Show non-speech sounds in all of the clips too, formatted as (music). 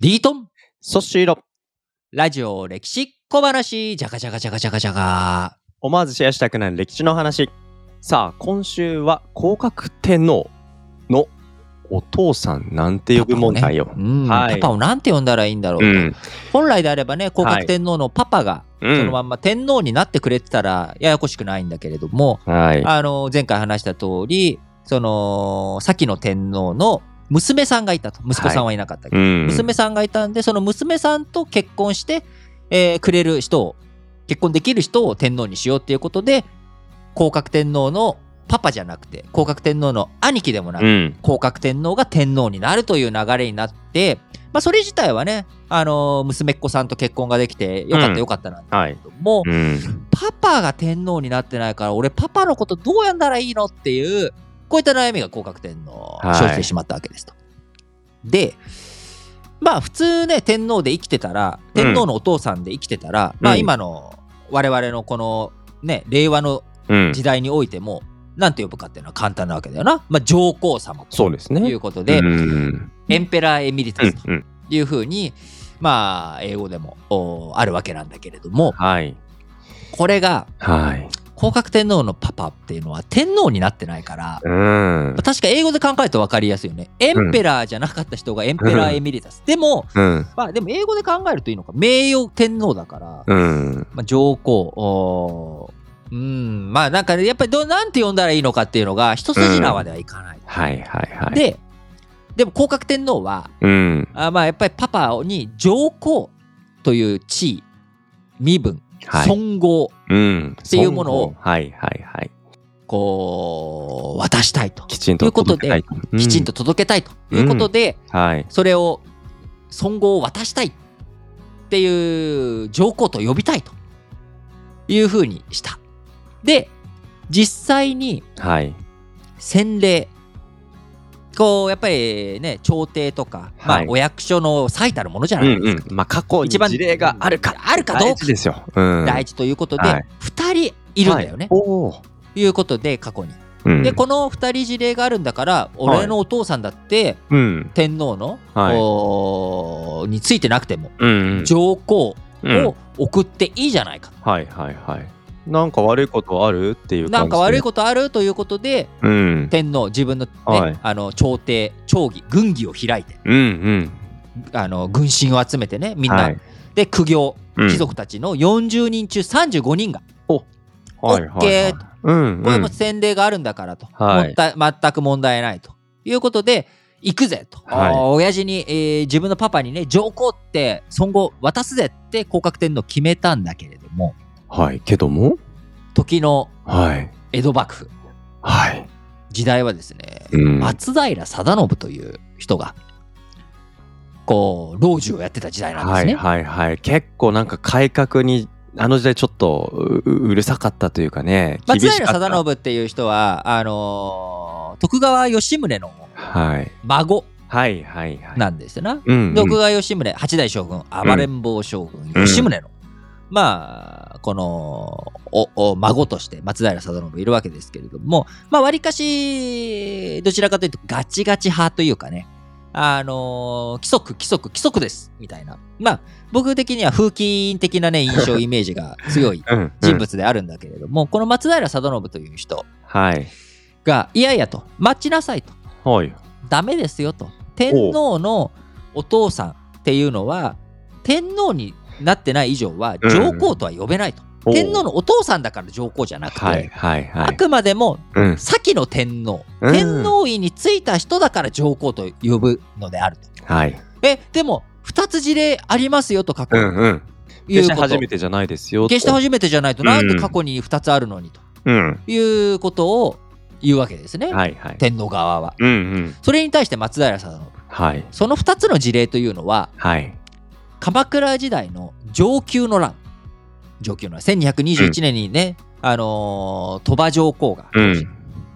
リートンそっしーろ。ラジオ歴史小話じゃかじゃかじゃかじゃかじゃか思わずシェアしたくなる歴史の話。さあ、今週は降格天皇のお父さんなんて呼ぶ問題よ。うん、はいパパをなんて呼んだらいいんだろう、うん。本来であればね、降格天皇のパパが、うそのん。まんま天皇になってくれてたら、ややこしくないんだけれども、はい。あの、前回話した通り、その、先の天皇の娘さんがいたと。息子さんはいなかったけど、うん。娘さんがいたんで、その娘さんと結婚して、えーくれる人を、結婚できる人を天皇にしようっていうことで、降格天皇のパパじゃなくて、降格天皇の兄貴でもなく、うん。降格天皇が天皇になるという流れになって、まあ、それ自体はね、あのー娘っ子さんと結婚ができて、よかっうんたよかったなんだはい。けども、うん。パパが天皇になってないから、俺パパのことどうやんだらいいのっていう、こういった悩みが降格天皇、はい生じてしまったわけですと。で、まあ普通ね、天皇で生きてたら、うん天皇のお父さんで生きてたら、まあうん今の我々のこのね、令和のうん。時代においても、なんて呼ぶかっていうのは簡単なわけだよな。まあ上皇様そうですといね。うことで、うん。エンペラー・エミリタうスんとうん。いうふうに、まあ英語でもおあるわけなんだけれども、はい。これが、はい。降格天皇のパパっていうのは天皇になってないから、うん。確か英語で考えると分かりやすいよね。エンペラーじゃなかった人がエンペラーエミリタス。でも、うん。まあでも英語で考えるといいのか。名誉天皇だから、うん。まあ、上皇。おーうん、まあなんかね、やっぱりど、なんて呼んだらいいのかっていうのが一筋縄ではいかない。はいはいはい。、で、でも降格天皇は、うん。あまあやっぱりパパに上皇という地位、身分、はい。尊号、うん。っていうものをはいはいはい。こう、渡したいと。きちんとということで届けたいと。うんきちんと。届けたいということで、はい。それを尊号を渡したいっていう上皇と呼びたいというふうにした。で実際にはい。洗礼こうやっぱりね朝廷とか、はいまあ、お役所の最たるものじゃうないんでうすんか。。まあ過去に一番事例があるか。あるかどう大か事ですよ。うん。大事ということで、はい2人いるんだよね、はいおお。い、うことで過去に。うんでこの2人事例があるんだから俺のお父さんだってうん。天皇の、はいおーについてなくてもうん。上皇うんを送っていいじゃないか、はいはいはい。なんか悪いことあるっていう感じで。なんか悪いことあるということでと。うん。天皇自分の,、ねはいあの朝廷朝議軍議を開いてうんうん。あの軍神を集めてねみんな、はい。で苦行うん貴族たちの40人中35人が、はいはいはい OK うんこうれんも。洗礼があるんだからと、はいもった全く問題ないということで行くぜと、はいあー親父に、えー自分のパパにね上皇って尊号渡すぜって降格天皇決めたんだけれどもはい。けども。時のはい。江戸幕府はい。時代はですねうん松平定信という人がこう老中をやってた時代なんではすね。いはいはい。結構なんか改革に、あの時代ちょっとうううるさかったというかね。松厳し平かった定信っていう人はあのー徳川吉宗のはい。孫はいはいはい。なんですよな。うんうん。徳川吉宗八代将軍暴れん坊将軍、吉宗の、まあこのおお孫として松平定信いるわけですけれどもまあわりかしどちらかというとガチガチ派というかねあのー規則規則規則ですみたいなまあ僕的には風紀委員的なね印象イメージ (laughs) が強いうんうん人物であるんだけれども、この松平定信という人はい。がいやいやと待ちなさいとはい。ダメですよと天皇のお父さんっていうのは天皇になってない以上はうん上皇とは呼べないと、おう天皇のお父さんだから上皇じゃなくて、はいはいはあい。くまでもうん。先の天皇、うん天皇位に就いた人だから上皇と呼ぶのであるとはい。えでも2つ事例ありますよと過去うにんうん。い決うしてこと、初めてじゃないですよと。決して初めてじゃないとなんうでん過去に2つあるのにとうん。いうことを言うわけですね、はいはい。天皇側はうんうん。それに対して松平さんのはい。その2つの事例というのははい。鎌倉時代の上級の乱上級の乱1221年にね、あのー鳥羽上皇が、うん。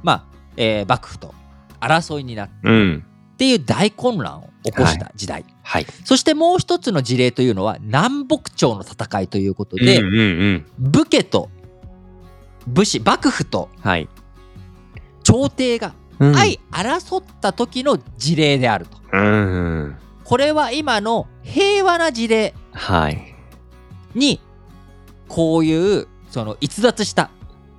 まあ、えー幕府と争いになっうん。ていう大混乱を起こした時代、はい。そしてもう一つの事例というのは南北朝の戦いということで、うんうんうん。武家と武士幕府とはい。朝廷がうん相争った時の事例であるとうん。これは今の平和な事例はい。にこういうその逸脱した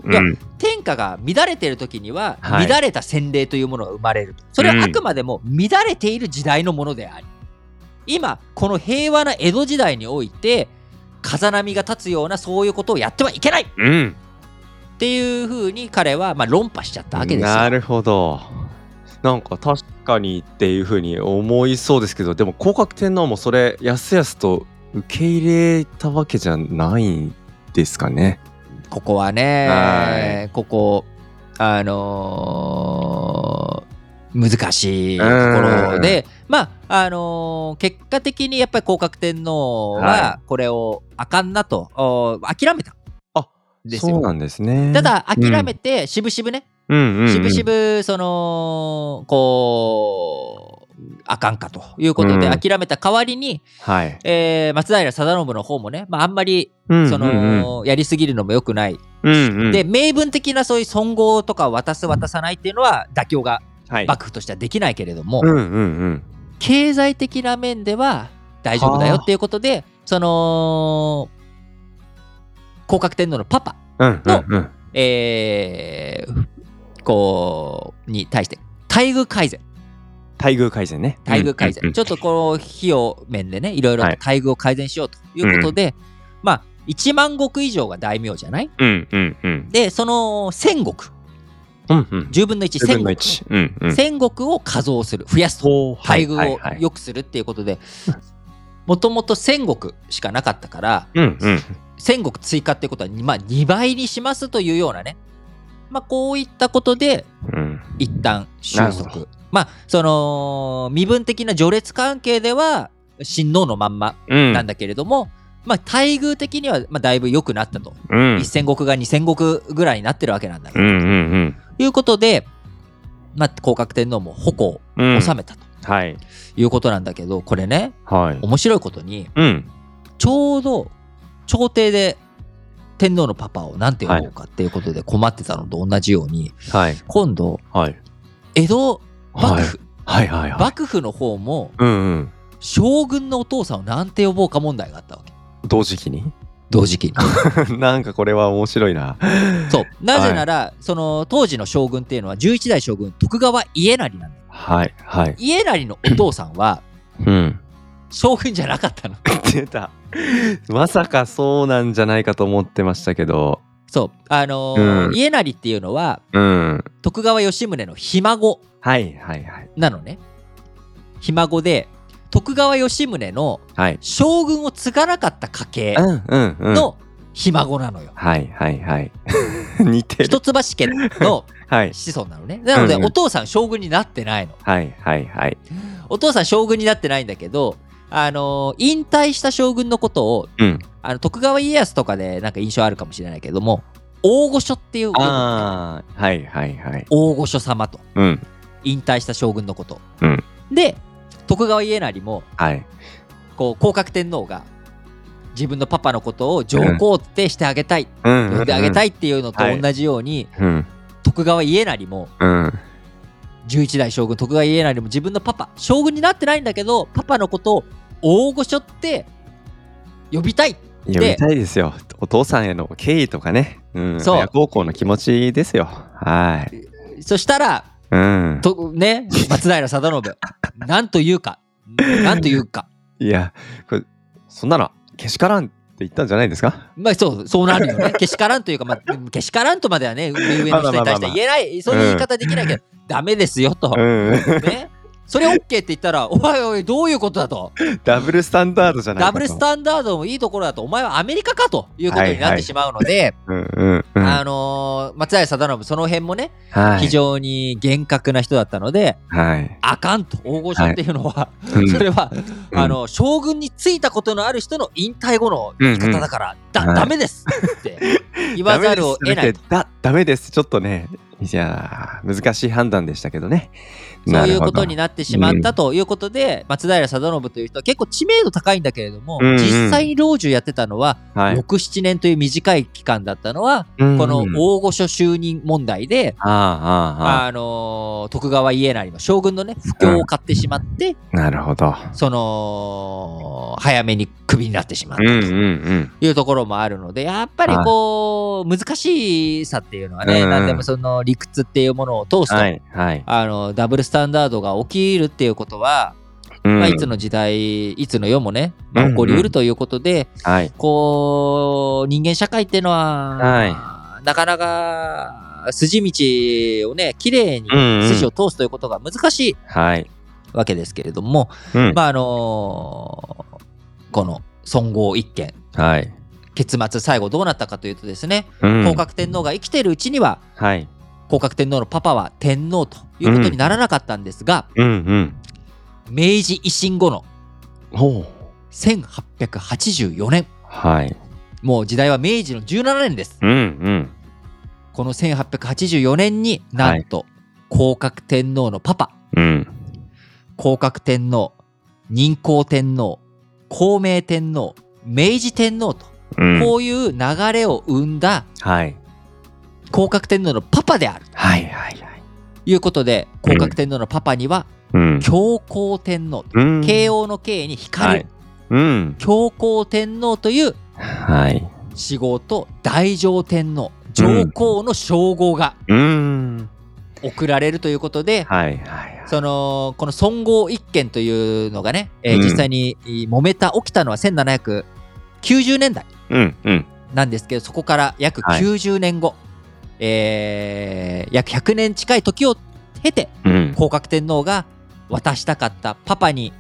いやうん。天下が乱れてる時にははい乱れた洗礼というものが生まれると、それはあくまでも乱れている時代のものであり今この平和な江戸時代において風波が立つようなそういうことをやってはいけないっうん。ていうふうに彼はまあ論破しちゃったわけですよ。なるほど。なんか確かにっていうふうに思いそうですけど、でも広角天皇もそれ、やすやすと受け入れたわけじゃないんですかね。ここははねここあのー難しいところでまああのー結果的にやっぱり降格天皇ははこれをあかんなと、お諦めたあですそうよなんですね。た、だ諦めてしぶしぶねうんうんうん、しぶしぶそのこうあかんかということでうん諦めた代わりに、はい。えー松平定信の方もね、まあ、あんまりそその、やりすぎるのも良くないうんうん、で、名分的なそういう尊号とかを渡す渡さないっていうのは妥協がはい、幕府としてはできないけれども、うんうんうん。経済的な面では大丈夫だよっていうことでその降格天皇のパパ、うんうんうん。えーこうに対して待遇改善待遇改善ね。待遇改善、うんうんうんちょっとこの費用面でねいろいろとはい待遇を改善しようということで、まあ1万石以上が大名じゃないうんうんうん。でその1000石うんうん。 10分の1 10 1000分の石1。うんうん。戦国を加増する増やすとほうはい待遇を良くするっていうことでもともと戦国しかなかったからうんうん。戦国追加ってことは、まあ、2倍にしますというようなね、まあ、こういったことでうん一旦収なるほ束まあその身分的な序列関係では親王のまんまうん。なんだけれども、まあ待遇的にはまあだいぶ良くなったと、うん。一戦国が二戦国ぐらいになってるわけなんだけうど、んうんということで、まあ、降格天皇も矛をうん。うん。収めたと。はい。いうことなんだけどこれねはい。面白いことにうん。ちょうど朝廷で天皇のパパを何て呼ぼうかっていうことで困ってたのと同じように、はい。今度はい。江戸幕はい府、はいはいはい。幕府の方もうんうん。将軍のお父さんを何て呼ぼうか問題があったわけ同時期に (laughs) 同時期になんかこれは面白いな。そうなぜなら、その当時の将軍っていうのは11代将軍徳川家斉なんだよはいはい。家斉のお父さんはうん。将軍じゃなかったの (laughs) 出た。まさかそうなんじゃないかと思ってましたけど。そうあのーうん家斉っていうのはうん。徳川吉宗のひ孫はいはいはい。なのねひ孫で徳川吉宗のはい。将軍を継がなかった家系うんうんうん。のひ孫なの (laughs) よ、はいはい (laughs) はい。似てる。一橋家のはい。子孫なの (laughs) ねなのでうんうんお父さん将軍になってないのはいはいはい。お父さん将軍になってないんだけどあのー引退した将軍のことをうん。あの徳川家康とかでなんか印象あるかもしれないけども大御所っていうああ、はいはいはい。大御所様とうん。引退した将軍のこと、うんで徳川家斉もはい。こう降格天皇が自分のパパのことを上皇ってしてあげたい、うん呼んであげたいい。っていうのと同じように、うん。徳川家斉もうん。 11代将軍徳川家斉も自分のパパ将軍になってないんだけどパパのことを大御所って呼びたい呼びたいですよ。お父さんへの敬意とかね。うん。そう親孝行の気持ちですよ。はい。そしたらうん。とね松平定信 (laughs) なんというかなんというかいや、これ、そんなの、けしからんって言ったんじゃないですかまあそうそうなるよね (laughs) けしからんというか、まあ、けしからんとまではね上上の人に対しては言えないそういう言い方できないけど、ダメですよと。うん。ね、それ OK って言ったら、おいおい、どういうことだと、ダブルスタンダードじゃないかダとブルスタンダードもいいところだと、お前はアメリカかということになってしまうので、うんうんうん。あのー松平定信、その辺もね、は非い。常に厳格な人だったので、はい。あかんと、大御所っていうのは、うんそれは、うんあの将軍に就いたことのある人の引退後の言い方だから、だ、はいダメですって言わざるを得ないと。ダメです。だダメです。ちょっとね、いやー難しい判断でしたけどね。そういうるほこどとになってしまったということで、松平定信という人は結構知名度高いんだけれども、うんうん実際に老中やってたのははい6、7年という短い期間だったのは、このうん大御所就任問題で、あーあーああのー徳川家成の将軍のね、不況を買ってしまって、ーなるほど。その、早めにクビになってしまっうたんとうんうん。いうところもあるので、やっぱりこう、難しさっていうのはね、うんうん何でもその理屈っていうものを通すと、はいはい。あの、ダブルスタンダードが起きるっていうことは、うんまあ、いつの時代、いつの世もね、まあうん起こりうるということで、はい。こう、人間社会っていうのは、はなかなか筋道をね、綺麗にうんうん筋を通すということが難しいはい。わけですけれども、うんまあ、あのこの、孫号一件、はい。結末最後どうなったかというとですね、うん降格天皇が生きてるうちには、はい。降格天皇のパパは天皇ということにならなかったんですが、うん明治維新後のうん。ほう。 1884年、はい。もう時代は明治の17年です。うんうん。この1884年になんと、降格天皇のパパ、うん。降格天皇、仁孝天皇、孝明天皇、明治天皇と、うんこういう流れを生んだはい。降格天皇のパパであるとはいはいはい。いうことで、降格天皇のパパには、うん。教皇天皇と、うん慶応の慶には光いる、。うん。教皇天皇というはい。死号と大乗天皇、上皇の称号がうん。送られるということで、はいはい。そのこの孫号一件というのがね、えーうん実際にえー揉めた、起きたのは1790年代うんうん。なんですけど、そこから約はい90年後、えー約100年近い時を経て、うん。降格天皇が渡したかったパパに、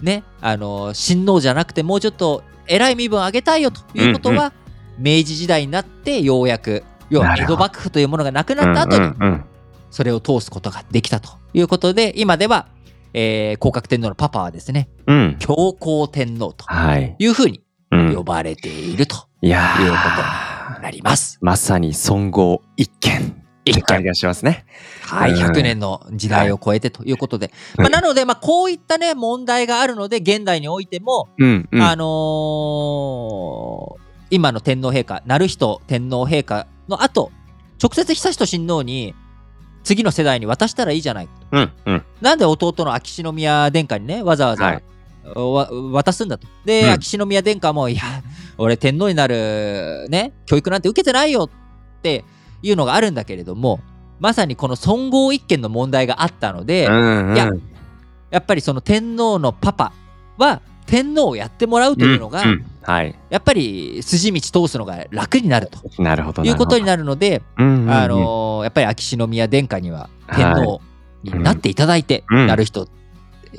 ね、あのー親王じゃなくて、もうちょっと偉い身分あげたいよということは、明治時代になって、ようやく、要はなる江ほど戸幕府というものがなくなった後に、うんうんうんそれを通すことができたということで、今では、えー、降格天皇のパパはですね、うん。教皇天皇とはい。いうふうにうん呼ばれているといやーいうことになります。まさに孫号一見一見一見がしますね。はい、うん100年の時代を超えてということで。まあ、なので、まあ、こういったね、問題があるので、現代においても、うんうん。あのー今の天皇陛下、成人天皇陛下の後、直接悠仁親王に、次の世代に渡したらいいじゃないかうんうん。なんで弟の秋篠宮殿下にね、わざわざ、はいわ渡すんだと。で、うん秋篠宮殿下も、いや、俺、天皇になる、ね、教育なんて受けてないよっていうのがあるんだけれども、まさにこの孫号一見の問題があったので、うんうん。いややっぱりその天皇のパパは、天皇をやってもらうというのが、んんはい。やっぱり筋道通すのが楽になるとなるほど。いうことにるなるので、ほど。うんうんうんあのーやっぱり秋篠宮殿下には天皇になっていただいて、うんなる人、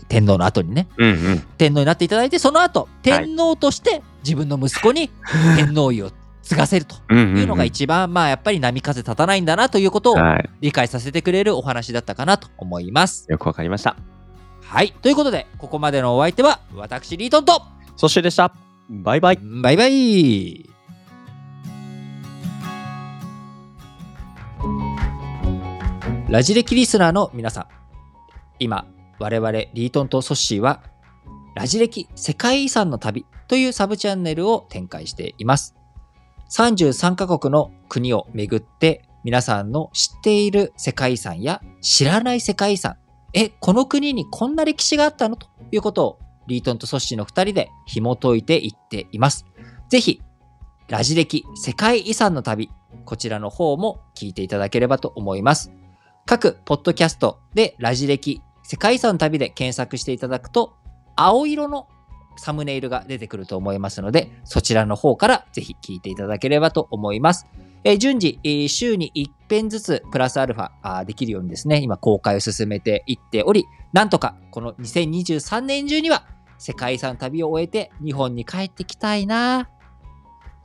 天皇の後にね、うんうん。天皇になっていただいて、その後、天皇として自分の息子 (laughs) に天皇位を継がせると。うんいうのが一番、まあ、やっぱり波風立たないんだなということをはい。理解させてくれるお話だったかなと思います。よくわかりました。はい。ということで、ここまでのお相手は、私、リートンと、そしてでした。バイバイ。バイバイラジ歴リスナーの皆さん今我々リートンとソッシーはラジ歴世界遺産の旅というサブチャンネルを展開しています33カ国の国を巡って皆さんの知っている世界遺産や知らない世界遺産えこの国にこんな歴史があったのということをリートンとソッシーの2人で紐解いていっています。ぜひ、ラジ歴世界遺産の旅、こちらの方も聞いていただければと思います。各ポッドキャストでラジ歴世界遺産の旅で検索していただくと、青色のサムネイルが出てくると思いますので、そちらの方からぜひ聞いていただければと思います。えー順次、えー週に一遍ずつプラスアルファあーできるようにですね、今公開を進めていっており、なんとかこの2023年中には世界遺産旅を終えて日本に帰ってきたいな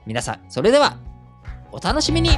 皆さんそれではお楽しみに